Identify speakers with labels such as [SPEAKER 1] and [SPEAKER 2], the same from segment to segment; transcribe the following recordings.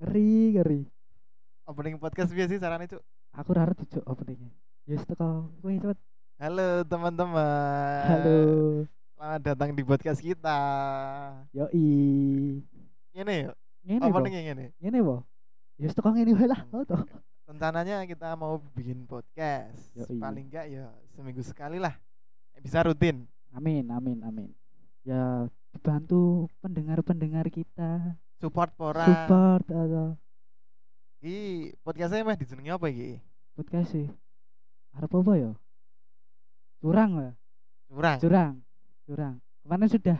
[SPEAKER 1] ngeri ngeri
[SPEAKER 2] Opening podcast biasa sih saran itu.
[SPEAKER 1] aku rara tuh cuk openingnya ya itu kau gue
[SPEAKER 2] Eh.
[SPEAKER 1] cepet
[SPEAKER 2] Halo teman-teman.
[SPEAKER 1] halo
[SPEAKER 2] Selamat datang di podcast kita.
[SPEAKER 1] yoi
[SPEAKER 2] Ini yuk,
[SPEAKER 1] ngene bo
[SPEAKER 2] openingnya ini.
[SPEAKER 1] ngene bo ya itu kau ngene wae lah kau toh
[SPEAKER 2] Rencananya kita mau bikin podcast.
[SPEAKER 1] Yoi.
[SPEAKER 2] Paling enggak ya seminggu sekali lah. Bisa rutin.
[SPEAKER 1] amin amin amin ya dibantu pendengar pendengar kita
[SPEAKER 2] Support pora.
[SPEAKER 1] support eh, atau
[SPEAKER 2] Iki podcastnya mah dijenengi apa iki?
[SPEAKER 1] podcast sih harap apa ya curang lah
[SPEAKER 2] Curang.
[SPEAKER 1] curang curang kemarin sudah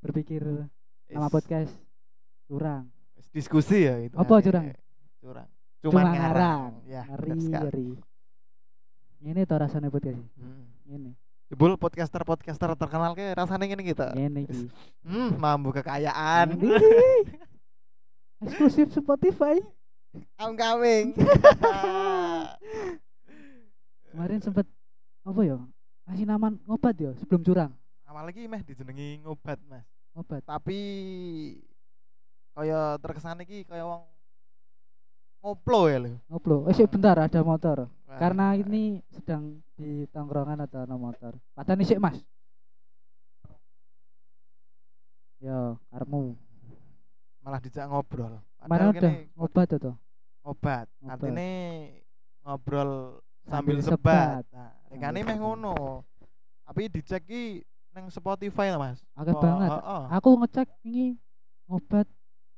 [SPEAKER 1] berpikir nama
[SPEAKER 2] Is-
[SPEAKER 1] podcast curang
[SPEAKER 2] is Diskusi ya gitu.
[SPEAKER 1] Apa curang?
[SPEAKER 2] Curang.
[SPEAKER 1] cuma
[SPEAKER 2] Cuman ngarang. Ya, bener
[SPEAKER 1] ngeri
[SPEAKER 2] sekali.
[SPEAKER 1] ngeri ini tuh rasanya podcast ini
[SPEAKER 2] Hmm.
[SPEAKER 1] ini
[SPEAKER 2] Jebul podcaster-podcaster terkenal ke rasanya ngene kita.
[SPEAKER 1] ini ki
[SPEAKER 2] Hmm, mampu kekayaan.
[SPEAKER 1] Ini. eksklusif Spotify
[SPEAKER 2] I'm coming.
[SPEAKER 1] kemarin sempet apa ya ngasih nama ngobat ya sebelum curang
[SPEAKER 2] apalagi meh dijenengi ngobat, Mas.
[SPEAKER 1] ngobat
[SPEAKER 2] Tapi kaya terkesan iki kaya wong ngoplo ya lho.
[SPEAKER 1] ngoplo eh sik, bentar ada motor
[SPEAKER 2] Wah,
[SPEAKER 1] karena ini sedang di tongkrongan atau no motor padahal nih sik, mas yo karmu
[SPEAKER 2] malah dijak ngobrol.
[SPEAKER 1] mana
[SPEAKER 2] Padahal
[SPEAKER 1] udah
[SPEAKER 2] kene
[SPEAKER 1] ngobat atau Ngobat.
[SPEAKER 2] ngobat. Artinya ngobrol
[SPEAKER 1] Sambil
[SPEAKER 2] sambil,
[SPEAKER 1] sebat.
[SPEAKER 2] sebat. Nah, regane meh ngono. Tapi dicek ki nang Spotify lah, Mas.
[SPEAKER 1] Akeh
[SPEAKER 2] Oh,
[SPEAKER 1] banget.
[SPEAKER 2] oh, oh.
[SPEAKER 1] aku ngecek ini ngobat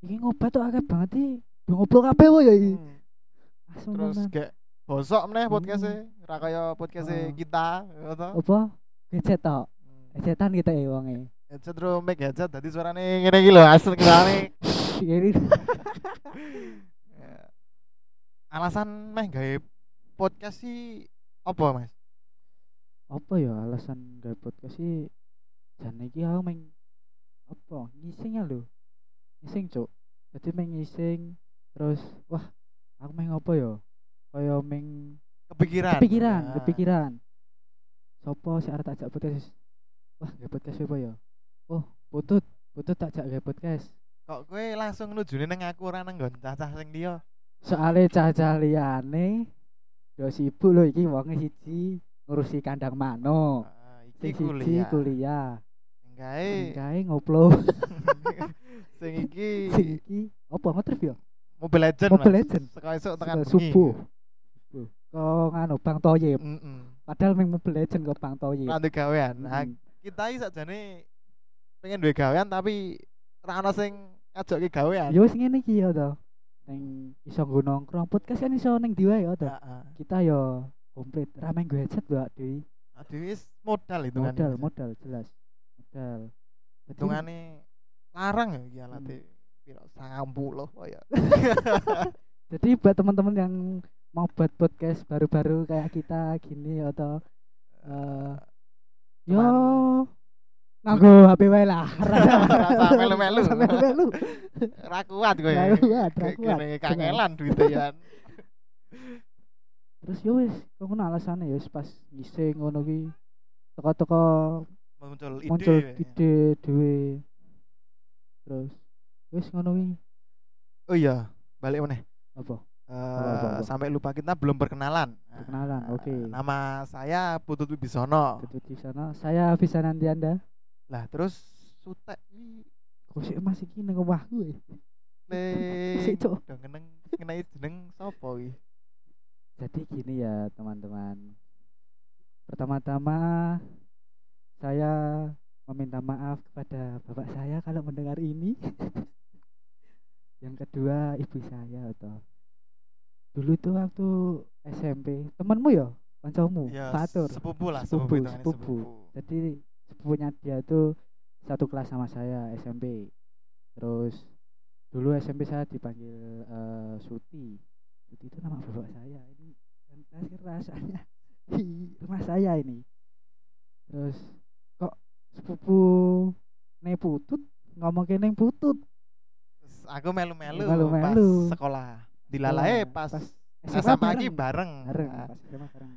[SPEAKER 1] ini ngobat tuh agak banget sih udah ngobrol kabeh wo ya iki
[SPEAKER 2] Hmm.
[SPEAKER 1] Asem
[SPEAKER 2] terus
[SPEAKER 1] tenan.
[SPEAKER 2] gak bosok meneh
[SPEAKER 1] Hmm.
[SPEAKER 2] podcastnya ra kaya podcastnya
[SPEAKER 1] Oh.
[SPEAKER 2] kita ya toh.
[SPEAKER 1] apa gadget tok
[SPEAKER 2] Hmm.
[SPEAKER 1] gadgetan kita ya wonge
[SPEAKER 2] headset terus mic headset dadi suarane ngene iki lho asli kirane
[SPEAKER 1] ini
[SPEAKER 2] Ya. alasan meh gawe podcast sih apa mas
[SPEAKER 1] apa ya alasan gak podcast sih jan iki aku main apa ngising ya lho ngising cuk jadi main ngising terus wah aku main apa ya kaya main
[SPEAKER 2] kepikiran
[SPEAKER 1] kepikiran
[SPEAKER 2] Nah,
[SPEAKER 1] kepikiran sopo sih arep tak ajak podcast wah gak podcast apa ya oh putut putut tak ajak gak podcast
[SPEAKER 2] kok kowe langsung nujune nang aku ora nang nggon cacah sing dia
[SPEAKER 1] soale cacah liyane yo sibuk lho iki wonge siji ngurusi kandang mano
[SPEAKER 2] Ah,
[SPEAKER 1] Oh. sing
[SPEAKER 2] iki
[SPEAKER 1] siji
[SPEAKER 2] kuliah Eh.
[SPEAKER 1] kuliah
[SPEAKER 2] sing gawe
[SPEAKER 1] sing kae ngoplo
[SPEAKER 2] sing iki
[SPEAKER 1] sing iki opo ngetrip yo
[SPEAKER 2] Mobile Eh. Legend
[SPEAKER 1] Mobile Legend.
[SPEAKER 2] saka esuk tekan
[SPEAKER 1] Sudah
[SPEAKER 2] bengi.
[SPEAKER 1] subuh Subuh. kok nganu Bang Toyib
[SPEAKER 2] heeh
[SPEAKER 1] padahal meng Mobile Legend kok Bang Toyib
[SPEAKER 2] ra duwe gawean Nah,
[SPEAKER 1] Mm.
[SPEAKER 2] kita iki sakjane pengen duwe gawean tapi ra ana sing ngajokke gawean.
[SPEAKER 1] yo sing ngene iki yo to ning iso nggo nongkrong podcast kan iso ning diwa yo to
[SPEAKER 2] Heeh.
[SPEAKER 1] kita yo komplit rame nggo headset Mbak Dewi
[SPEAKER 2] Aduh Nah, wis modal itu kan.
[SPEAKER 1] modal modal jelas modal Jadi-
[SPEAKER 2] Hitungane larang ya iki alate.
[SPEAKER 1] Hmm.
[SPEAKER 2] Piro 90 oh ya.
[SPEAKER 1] Jadi buat teman-teman yang mau buat podcast baru-baru kayak kita gini atau eh yo
[SPEAKER 2] Cuman-
[SPEAKER 1] nganggo HP wae lah.
[SPEAKER 2] Rasa melu-melu.
[SPEAKER 1] Rasa melu-melu.
[SPEAKER 2] Ra kuat kowe.
[SPEAKER 1] Ra kuat, ra
[SPEAKER 2] Kayak
[SPEAKER 1] kuat.
[SPEAKER 2] gini kangelan duite ya.
[SPEAKER 1] Terus yo wis, kok ngono alasane yo wis pas ngising ngono ki teko-teko
[SPEAKER 2] Muncul ide.
[SPEAKER 1] muncul
[SPEAKER 2] ya.
[SPEAKER 1] ide dhewe. Terus wis ngono ki
[SPEAKER 2] Oh iya, balik meneh.
[SPEAKER 1] apa? apa,
[SPEAKER 2] Eh
[SPEAKER 1] apa.
[SPEAKER 2] sampai lupa kita belum perkenalan. Nah,
[SPEAKER 1] Perkenalan, oke.
[SPEAKER 2] Nama saya Putut Wibisono.
[SPEAKER 1] Ketemu di sana. Saya bisa nanti Anda.
[SPEAKER 2] Lah terus sutek iki
[SPEAKER 1] Kok sih Mas iki nang omahku. eh?
[SPEAKER 2] Leng. Eh.
[SPEAKER 1] Sik, Cuk.
[SPEAKER 2] Udah ngeneng ngenai jeneng sapa iki?
[SPEAKER 1] Jadi gini ya teman-teman. Pertama-tama saya meminta maaf kepada bapak saya kalau mendengar ini. Yang kedua ibu saya atau dulu tuh waktu SMP temanmu ya, kancamu,
[SPEAKER 2] Ya,
[SPEAKER 1] Fatur.
[SPEAKER 2] Sepupu lah,
[SPEAKER 1] Sepupu,
[SPEAKER 2] sepupu, hitungannya
[SPEAKER 1] sepupu. Jadi sepupunya dia tuh satu kelas sama saya SMP. Terus dulu SMP saya dipanggil eh, Suti. Suti itu nama bapak saya. Ini pentas rasanya di rumah saya ini. Terus kok sepupu Neng Putut ngomong ke Neng Putut
[SPEAKER 2] Terus aku melu-melu,
[SPEAKER 1] Melu-melu.
[SPEAKER 2] pas sekolah. Dilalae
[SPEAKER 1] Sekolah,
[SPEAKER 2] pas,
[SPEAKER 1] pas
[SPEAKER 2] SMA, lagi bareng.
[SPEAKER 1] bareng,
[SPEAKER 2] Nah,
[SPEAKER 1] pas SMA bareng.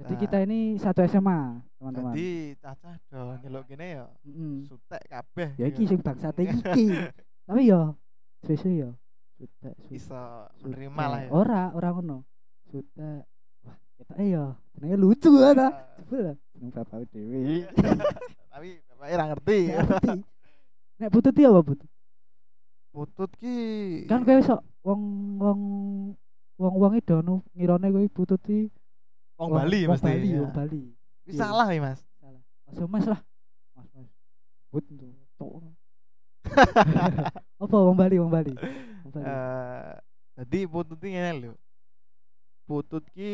[SPEAKER 1] Jadi
[SPEAKER 2] Nah.
[SPEAKER 1] kita ini satu SMA, teman-teman. Hmm.
[SPEAKER 2] Jadi cacah do nyeluk kene ya
[SPEAKER 1] Mm-mm.
[SPEAKER 2] sutek kabeh.
[SPEAKER 1] ya iki sing bangsate iki tapi yo suwe-suwe yo sudah
[SPEAKER 2] bisa menerima lah ya
[SPEAKER 1] ora ora ngono sudah wah ketoke yo jenenge lucu ana jebul jeneng bapak dhewe
[SPEAKER 2] tapi bapaknya ra ngerti
[SPEAKER 1] Nggak ngerti. nek butut iki apa butut
[SPEAKER 2] putut ki
[SPEAKER 1] kan kowe sok wong wong wong wong e dono ngirone kowe butut iki
[SPEAKER 2] wong Bali
[SPEAKER 1] wong
[SPEAKER 2] mesti
[SPEAKER 1] Bali
[SPEAKER 2] ya.
[SPEAKER 1] wong Bali
[SPEAKER 2] Wis salah ya mas
[SPEAKER 1] Mas Mas lah. Mas Mas. But tuh. Tok. Apa wong Bali wong Bali. Wong Bali.
[SPEAKER 2] Eh, jadi putut ki ngene lho putut ki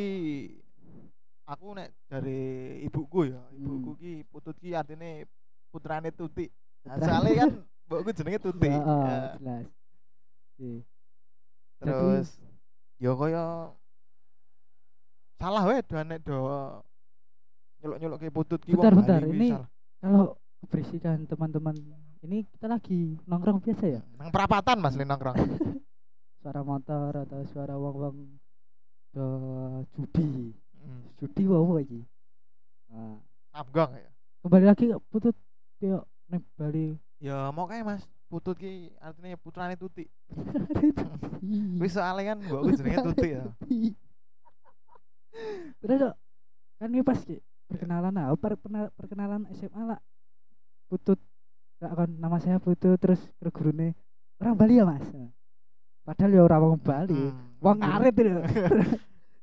[SPEAKER 2] aku nek dari ibuku ya ibuku
[SPEAKER 1] Hmm.
[SPEAKER 2] ki putut ki artinya putrane tuti nah,
[SPEAKER 1] Putrane.
[SPEAKER 2] soalnya kan mbokku jenenge tuti
[SPEAKER 1] Heeh,
[SPEAKER 2] Eh,
[SPEAKER 1] jelas. Iya. Jadi-
[SPEAKER 2] terus yo kaya salah wae do nek do nyeluk-nyeluk ke putut ki
[SPEAKER 1] Bentar,
[SPEAKER 2] wong
[SPEAKER 1] bentar,
[SPEAKER 2] Bali ki
[SPEAKER 1] ini
[SPEAKER 2] salah.
[SPEAKER 1] Kalau keberisikan teman-teman ini kita lagi nongkrong biasa ya
[SPEAKER 2] Hmm, nang perapatan Mas Lin nongkrong.
[SPEAKER 1] suara motor atau suara wong-wong do judi
[SPEAKER 2] Hmm,
[SPEAKER 1] judi wow lagi nah,
[SPEAKER 2] Abgong ya.
[SPEAKER 1] kembali lagi ke putut yuk nih Bali
[SPEAKER 2] Ya mau kae Mas, putut ki artinya putrane tuti.
[SPEAKER 1] Ih. Hmm.
[SPEAKER 2] Wis soalnya kan mbokku jenenge tuti ya.
[SPEAKER 1] Terus Dok, kan ini pas ki perkenalan nah, per- pena- perkenalan SMA lah. Putut gak kan nama saya Putut terus ke gurune orang Bali ya Mas. Padahal ya orang wong Bali.
[SPEAKER 2] Hmm,
[SPEAKER 1] Wong
[SPEAKER 2] guru-
[SPEAKER 1] ngarit lho.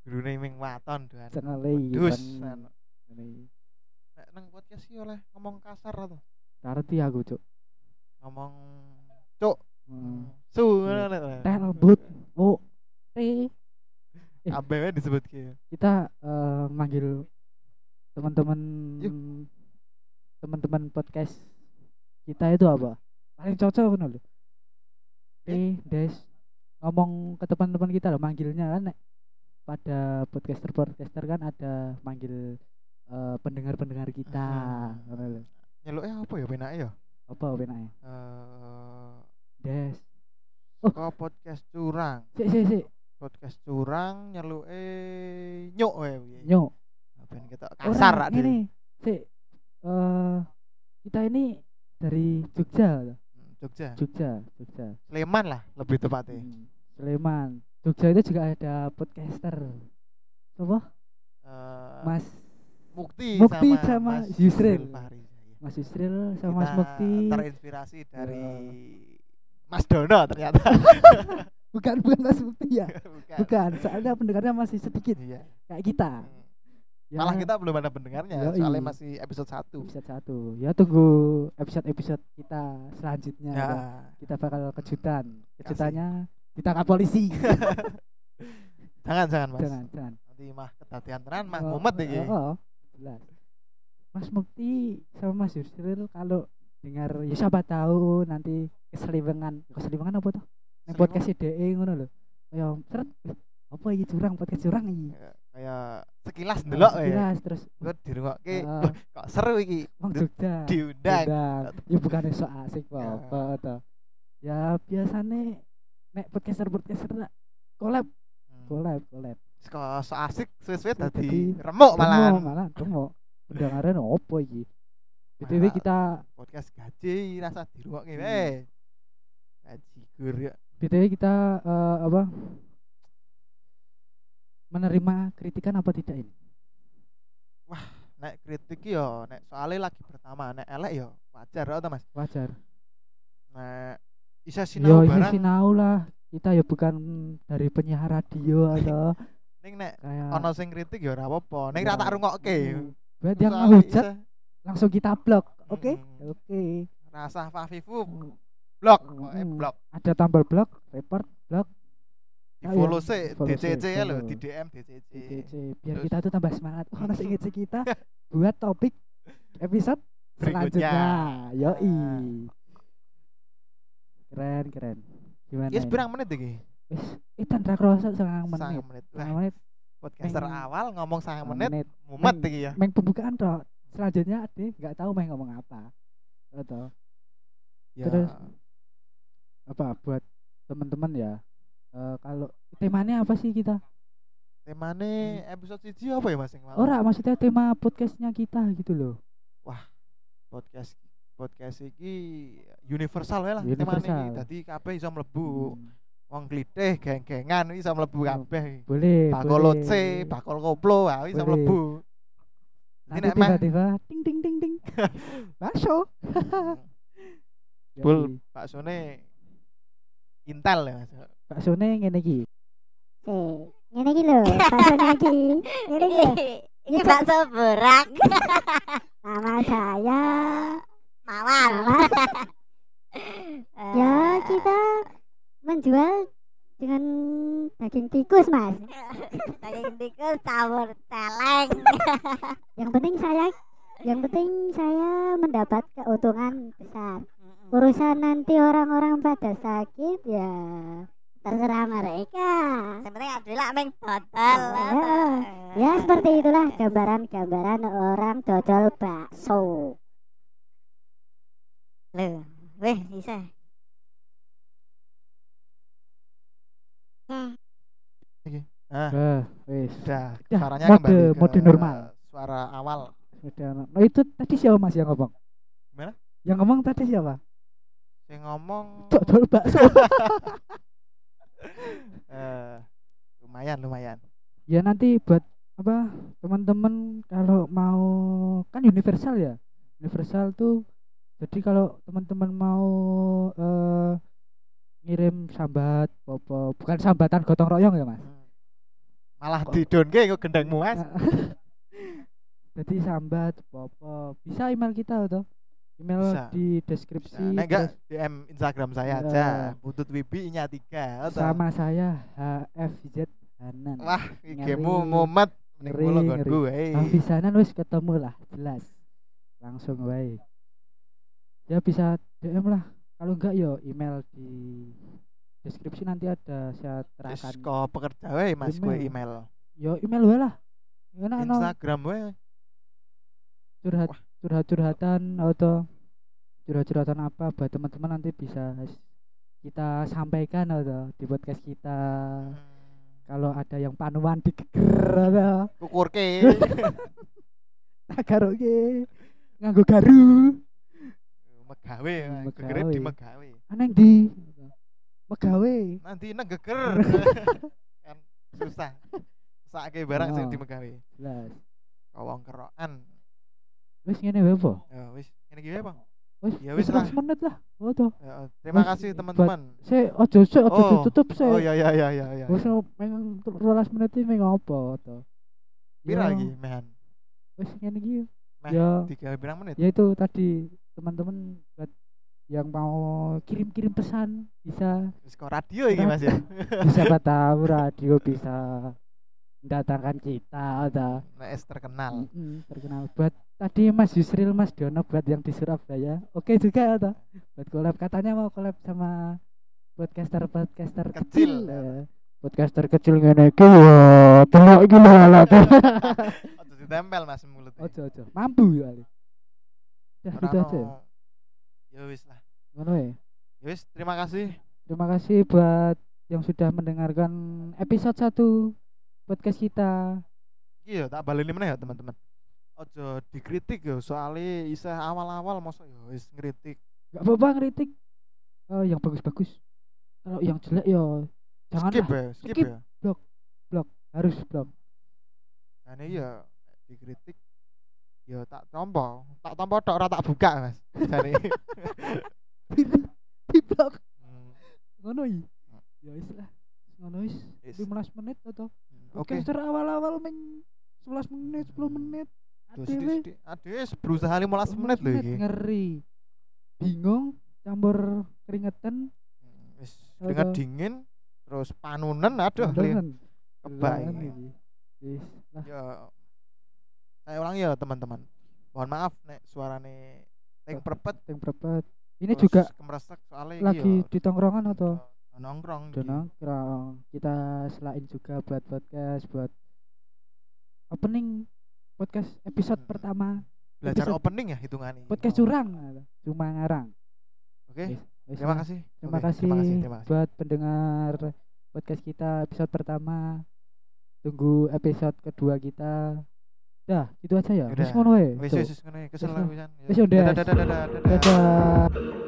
[SPEAKER 2] Gurune ming waton doan.
[SPEAKER 1] Cengele
[SPEAKER 2] Dus.
[SPEAKER 1] kon. Ini.
[SPEAKER 2] Nek nang podcast iki oleh ngomong kasar atau
[SPEAKER 1] Ngerti aku, Cuk.
[SPEAKER 2] ngomong cuk
[SPEAKER 1] Hmm.
[SPEAKER 2] su ngono lek.
[SPEAKER 1] Tel but. Oh. Eh, Eh.
[SPEAKER 2] Abe wae disebutke.
[SPEAKER 1] kita eh, manggil teman-teman
[SPEAKER 2] Yuk.
[SPEAKER 1] teman-teman podcast kita itu apa paling cocok bener lho eh des ngomong ke teman-teman kita loh manggilnya kan Nek. pada podcaster podcaster kan ada manggil eh, pendengar-pendengar kita
[SPEAKER 2] Ah.
[SPEAKER 1] ngono lho.
[SPEAKER 2] Nyeluke apa ya benake ya?
[SPEAKER 1] apa penaknya
[SPEAKER 2] Eh,
[SPEAKER 1] des Oh.
[SPEAKER 2] kok podcast curang.
[SPEAKER 1] sik sik sik
[SPEAKER 2] podcast curang nyeluke nyuk wae piye.
[SPEAKER 1] nyok
[SPEAKER 2] Ben ketok kasar rak dhewe.
[SPEAKER 1] ini sik eh kita ini dari Jogja loh.
[SPEAKER 2] Hmm, Jogja.
[SPEAKER 1] Jogja Jogja
[SPEAKER 2] Sleman lah lebih tepatnya.
[SPEAKER 1] Hmm, Sleman. Jogja itu juga ada podcaster. Apa?
[SPEAKER 2] Eh,
[SPEAKER 1] Mas
[SPEAKER 2] Mukti,
[SPEAKER 1] Mukti sama
[SPEAKER 2] sama, Mas
[SPEAKER 1] Yusril.
[SPEAKER 2] Fahri.
[SPEAKER 1] Mas Yusril sama Mas
[SPEAKER 2] Kita
[SPEAKER 1] Mukti.
[SPEAKER 2] Terinspirasi dari Mas Dono ternyata.
[SPEAKER 1] Bukan bukan Mas Mukti ya.
[SPEAKER 2] Bukan.
[SPEAKER 1] Bukan, soalnya pendengarnya masih sedikit
[SPEAKER 2] Iya.
[SPEAKER 1] kayak kita.
[SPEAKER 2] Hmm. Malah kita belum ada pendengarnya,
[SPEAKER 1] ya. Yoi.
[SPEAKER 2] soalnya masih episode 1.
[SPEAKER 1] episode satu. Ya tunggu episode-episode kita selanjutnya.
[SPEAKER 2] Ya.
[SPEAKER 1] ya. Kita bakal kejutan.
[SPEAKER 2] Kasih.
[SPEAKER 1] Kejutannya ditangkap polisi.
[SPEAKER 2] Jangan jangan Mas.
[SPEAKER 1] jangan, jangan.
[SPEAKER 2] Nanti mah ketatian tenan mah
[SPEAKER 1] Oh,
[SPEAKER 2] mumet iki.
[SPEAKER 1] oh, oh, jelas. Mas Mukti sama Mas Yusril kalau dengar ya siapa tahu nanti keseliwengan keseliwengan apa tuh Nek
[SPEAKER 2] Selimut.
[SPEAKER 1] podcast DE ngono lho ya seret eh, apa iki curang podcast curang iki
[SPEAKER 2] Ya, Kayak sekilas
[SPEAKER 1] Nah,
[SPEAKER 2] ndelok wae.
[SPEAKER 1] jelas terus
[SPEAKER 2] Gue dirungokke.
[SPEAKER 1] eh,
[SPEAKER 2] Wah, Kok seru iki.
[SPEAKER 1] wong Jogja
[SPEAKER 2] Diundang.
[SPEAKER 1] ya bukan iso asik apa
[SPEAKER 2] Ya.
[SPEAKER 1] apa toh ya biasane nek podcaster podcaster tak collab
[SPEAKER 2] Hmm.
[SPEAKER 1] collab collab
[SPEAKER 2] Seko so asik suwe-suwe dadi
[SPEAKER 1] Dadi
[SPEAKER 2] remuk
[SPEAKER 1] malah
[SPEAKER 2] malahan.
[SPEAKER 1] malah demo pendengaran opo iki BTW
[SPEAKER 2] Malah.
[SPEAKER 1] kita
[SPEAKER 2] Podcast gaji rasa dirungokke
[SPEAKER 1] Hmm.
[SPEAKER 2] wae. Gaji gur ya.
[SPEAKER 1] BTW kita eh, apa menerima kritikan apa tidak ini?
[SPEAKER 2] Nek kritik ki yo nek soale lagi pertama, nek elek yo wajar ora ta Mas.
[SPEAKER 1] Wajar.
[SPEAKER 2] Nek isa
[SPEAKER 1] Yo
[SPEAKER 2] sinau
[SPEAKER 1] ini
[SPEAKER 2] barang
[SPEAKER 1] sinau lah. Kita ya bukan dari penyiar radio atau
[SPEAKER 2] ning nek
[SPEAKER 1] kayak
[SPEAKER 2] ono sing kritik ya ora apa-apa. Ning
[SPEAKER 1] Iya.
[SPEAKER 2] ra tak rungokke. iya.
[SPEAKER 1] Hmm. Buat yang
[SPEAKER 2] Soale
[SPEAKER 1] ngehujat
[SPEAKER 2] isih
[SPEAKER 1] langsung kita blok. Oke?
[SPEAKER 2] Mm.
[SPEAKER 1] Oke.
[SPEAKER 2] rasa Fafifu blok, pokoke
[SPEAKER 1] Mm.
[SPEAKER 2] blok.
[SPEAKER 1] Ada tambal blok, report, blok,
[SPEAKER 2] Di
[SPEAKER 1] Ah, iya.
[SPEAKER 2] follow sik
[SPEAKER 1] Follow sik,
[SPEAKER 2] DCC ya lho,
[SPEAKER 1] follow.
[SPEAKER 2] di DM DCC.
[SPEAKER 1] DCC biar
[SPEAKER 2] Iya. Terus.
[SPEAKER 1] kita tuh tambah semangat. Oh, nasi ingat kita buat topik episode
[SPEAKER 2] Berikutnya. Ah.
[SPEAKER 1] selanjutnya. Yoi. Keren, keren. Gimana? ini?
[SPEAKER 2] Yes,
[SPEAKER 1] Eh,
[SPEAKER 2] pirang menit iki?
[SPEAKER 1] Wis, itan ra kroso sangang
[SPEAKER 2] Sangat
[SPEAKER 1] menit.
[SPEAKER 2] menit.
[SPEAKER 1] Sangang
[SPEAKER 2] Lah,
[SPEAKER 1] menit,
[SPEAKER 2] podcaster
[SPEAKER 1] Ping.
[SPEAKER 2] awal ngomong sangat
[SPEAKER 1] sangang
[SPEAKER 2] menit
[SPEAKER 1] menit.
[SPEAKER 2] mumet
[SPEAKER 1] Ping.
[SPEAKER 2] iki ya.
[SPEAKER 1] Meng pembukaan tok. Selanjutnya Ade nggak tahu main ngomong apa. Atau
[SPEAKER 2] Ya.
[SPEAKER 1] Terus. apa buat teman-teman ya. eh, kalau temanya apa sih kita? Hmm.
[SPEAKER 2] Temane episode 1 apa ya Mas sing malam?
[SPEAKER 1] Ora maksudnya tema podcastnya kita gitu loh.
[SPEAKER 2] podcast podcast iki universal wae lah temane iki.
[SPEAKER 1] Universal.
[SPEAKER 2] Dadi kabeh iso mlebu.
[SPEAKER 1] Hmm.
[SPEAKER 2] Wong glitih geng-gengan iso
[SPEAKER 1] Oh,
[SPEAKER 2] mlebu kabeh.
[SPEAKER 1] Boleh. boleh.
[SPEAKER 2] Bakul loce, bakul koplo, ah iso
[SPEAKER 1] Boleh.
[SPEAKER 2] mlebu.
[SPEAKER 1] Nanti
[SPEAKER 2] nek mah-
[SPEAKER 1] tiba-tiba ting ting ting ting. Bakso.
[SPEAKER 2] Bul. Baksone Intel ya. Mas.
[SPEAKER 1] Baksone ngene iki.
[SPEAKER 3] Sih, ngene iki lho, baksonya iki. Ngene iki.
[SPEAKER 4] Ini bakso berak
[SPEAKER 3] Nama saya
[SPEAKER 4] mawar.
[SPEAKER 3] Mawar.
[SPEAKER 4] Eh,
[SPEAKER 3] Ya, kita menjual dengan daging tikus, Mas.
[SPEAKER 4] daging tikus campur celeng.
[SPEAKER 3] Yang penting saya yang penting saya mendapat keuntungan besar. Urusan nanti orang-orang pada sakit ya terserah mereka.
[SPEAKER 4] Sebenarnya Abdullah meng total. Eh.
[SPEAKER 3] Oh, Ya seperti itulah gambaran-gambaran orang dodol bakso.
[SPEAKER 4] Loh, weh bisa.
[SPEAKER 3] Hmm.
[SPEAKER 2] Nah,
[SPEAKER 1] Eh, wis.
[SPEAKER 2] udah
[SPEAKER 1] Udah,
[SPEAKER 2] suaranya
[SPEAKER 1] mode-
[SPEAKER 2] kembali ke
[SPEAKER 1] mode normal.
[SPEAKER 2] Suara awal.
[SPEAKER 1] Udah. No Nah, itu tadi siapa Mas yang ngomong?
[SPEAKER 2] Gimana?
[SPEAKER 1] Yang ngomong tadi siapa?
[SPEAKER 2] Sing ngomong
[SPEAKER 1] Dodol bakso.
[SPEAKER 2] eh, lumayan lumayan.
[SPEAKER 1] ya nanti buat apa teman-teman kalau mau kan universal ya universal tuh jadi kalau teman-teman mau eh, ngirim sambat apa bukan sambatan gotong royong ya mas
[SPEAKER 2] Hmm. Malah didonke kok gendengmu, Mas.
[SPEAKER 1] jadi sambat apa bisa email kita atau email
[SPEAKER 2] Bisa.
[SPEAKER 1] di deskripsi
[SPEAKER 2] Nah, enggak
[SPEAKER 1] terus
[SPEAKER 2] DM Instagram
[SPEAKER 1] Iya.
[SPEAKER 2] saya aja. Butut Wibi nya tiga. atau-
[SPEAKER 1] sama saya HFZ Hanan
[SPEAKER 2] Wah,
[SPEAKER 1] Ngeri.
[SPEAKER 2] igmu mumet ning
[SPEAKER 1] Ngeri,
[SPEAKER 2] mulo
[SPEAKER 1] ngeri.
[SPEAKER 2] nggonku wae.
[SPEAKER 1] Habis sana wis ketemu lah, jelas. Langsung wae. Ya bisa DM lah. Kalau enggak ya email di deskripsi nanti ada saya
[SPEAKER 2] Wis
[SPEAKER 1] terakan.
[SPEAKER 2] kok pekerja wae Mas kowe
[SPEAKER 1] Email.
[SPEAKER 2] email.
[SPEAKER 1] Yo email wae lah. Enak no
[SPEAKER 2] Instagram wae.
[SPEAKER 1] Nah. curhat curhat curhatan atau curhat curhatan apa buat teman-teman nanti bisa kita sampaikan atau di podcast kita
[SPEAKER 2] Hmm,
[SPEAKER 1] kalau ada yang panuan digeger atau
[SPEAKER 2] Kukurke.
[SPEAKER 1] tak garuke nganggo garu
[SPEAKER 2] Megawe,
[SPEAKER 1] Hmm,
[SPEAKER 2] gegere
[SPEAKER 1] megawe.
[SPEAKER 2] di megawe.
[SPEAKER 1] aneh di megawe
[SPEAKER 2] Nanti nek geger. kan susah. Sakake barang sing
[SPEAKER 1] Oh.
[SPEAKER 2] di megawe.
[SPEAKER 1] jelas
[SPEAKER 2] Kawong kerokan.
[SPEAKER 1] wis ngene wae po
[SPEAKER 2] Ya wis, ngene iki wae, Bang.
[SPEAKER 1] wis
[SPEAKER 2] Ya
[SPEAKER 1] wis
[SPEAKER 2] wis lah.
[SPEAKER 1] 100 menit lah oh toh
[SPEAKER 2] Ya, Terima
[SPEAKER 1] Wis,
[SPEAKER 2] kasih
[SPEAKER 1] buat-
[SPEAKER 2] teman-teman.
[SPEAKER 1] se ojo se ojo
[SPEAKER 2] Oh.
[SPEAKER 1] ditutup se
[SPEAKER 2] Oh ya ya ya ya ya.
[SPEAKER 1] wis meng 12 menit iki meng opo toh
[SPEAKER 2] Pira
[SPEAKER 1] Ya,
[SPEAKER 2] iki, Mehan?
[SPEAKER 1] wis ngene iki
[SPEAKER 2] Meh,
[SPEAKER 1] ya
[SPEAKER 2] Tiga pirang menit.
[SPEAKER 1] ya itu tadi teman-teman buat yang mau kirim-kirim pesan bisa
[SPEAKER 2] Wis kok radio iki, Mas ya.
[SPEAKER 1] siapa tahu radio bisa mendatangkan kita ada
[SPEAKER 2] Nek es terkenal.
[SPEAKER 1] Mm-mm, Hmm, terkenal buat tadi Mas Yusril Mas Dono buat yang di Surabaya oke juga atau buat collab katanya mau collab sama podcaster podcaster
[SPEAKER 2] Kecil.
[SPEAKER 1] kecil, eh. podcaster kecil ngene iki ya telok iki lho alat
[SPEAKER 2] Aduh ditempel Mas mulut.
[SPEAKER 1] ojo ojo mampu ya Ali Dah, gitu aja ya.
[SPEAKER 2] Rano. Ya wis lah.
[SPEAKER 1] ngono ya
[SPEAKER 2] Ya wis, terima kasih.
[SPEAKER 1] terima kasih buat yang sudah mendengarkan episode 1 podcast kita
[SPEAKER 2] Iki ya tak baleni meneh ya teman-teman. Ojo dikritik ya soalnya isih awal-awal mosok ya wis ngritik.
[SPEAKER 1] gak apa-apa ngeritik Eh, yang bagus-bagus kalau yang jelek ya jangan
[SPEAKER 2] Skip ya, skip
[SPEAKER 1] skip.
[SPEAKER 2] ya.
[SPEAKER 1] harus blok
[SPEAKER 2] Nah ini ya dikritik ya tak tompo, tak tompo tok ora tak buka Mas. Jane.
[SPEAKER 1] di blok
[SPEAKER 2] Hmm.
[SPEAKER 1] ngono i. ya wis lah ngono wis
[SPEAKER 2] Wis.
[SPEAKER 1] 15 menit atau
[SPEAKER 2] Oke.
[SPEAKER 1] podcaster awal-awal men 11 menit 10 menit
[SPEAKER 2] Aduh,
[SPEAKER 1] ATW,
[SPEAKER 2] sithik-sithik. Aduh, wis berusaha 15 menit lho iki.
[SPEAKER 1] ngeri bingung campur keringetan
[SPEAKER 2] Hmm, Wis
[SPEAKER 1] Aduh.
[SPEAKER 2] keringet dingin terus panunen aduh li-
[SPEAKER 1] temen.
[SPEAKER 2] kebay.
[SPEAKER 1] Temen iki. Wis lah
[SPEAKER 2] Ya saya ulang ya teman-teman. Mohon maaf nek suarane ting perpet
[SPEAKER 1] yang berapa ini
[SPEAKER 2] terus
[SPEAKER 1] juga
[SPEAKER 2] kemeresek soalnya iki
[SPEAKER 1] lagi
[SPEAKER 2] ya,
[SPEAKER 1] di tongkrongan atau
[SPEAKER 2] eh, nongkrong iki.
[SPEAKER 1] Dono Krong. Kita selain juga buat podcast buat opening podcast episode
[SPEAKER 2] Mm-mm.
[SPEAKER 1] pertama
[SPEAKER 2] Hmm. Belajar
[SPEAKER 1] episode-
[SPEAKER 2] opening ya hitungannya.
[SPEAKER 1] podcast
[SPEAKER 2] Oh.
[SPEAKER 1] curang cuma ngarang.
[SPEAKER 2] Oke.
[SPEAKER 1] Wis, wis
[SPEAKER 2] Terima
[SPEAKER 1] lah.
[SPEAKER 2] kasih.
[SPEAKER 1] Terima
[SPEAKER 2] Oke,
[SPEAKER 1] kasih,
[SPEAKER 2] Terima kasih. Terima kasih.
[SPEAKER 1] buat pendengar podcast kita episode pertama. Tunggu episode kedua kita. Dah, gitu aja ya. Wis
[SPEAKER 2] Yaudah.
[SPEAKER 1] ngono wae.
[SPEAKER 2] Wis
[SPEAKER 1] Cuk.
[SPEAKER 2] wis wis, ngono ya. Kesel
[SPEAKER 1] Wes,
[SPEAKER 2] aku
[SPEAKER 1] no.
[SPEAKER 2] San. Ya.
[SPEAKER 1] Wis, yaudah,
[SPEAKER 2] Dadah,
[SPEAKER 1] Wes.
[SPEAKER 2] dadah, dadah, dadah.
[SPEAKER 1] Dadah.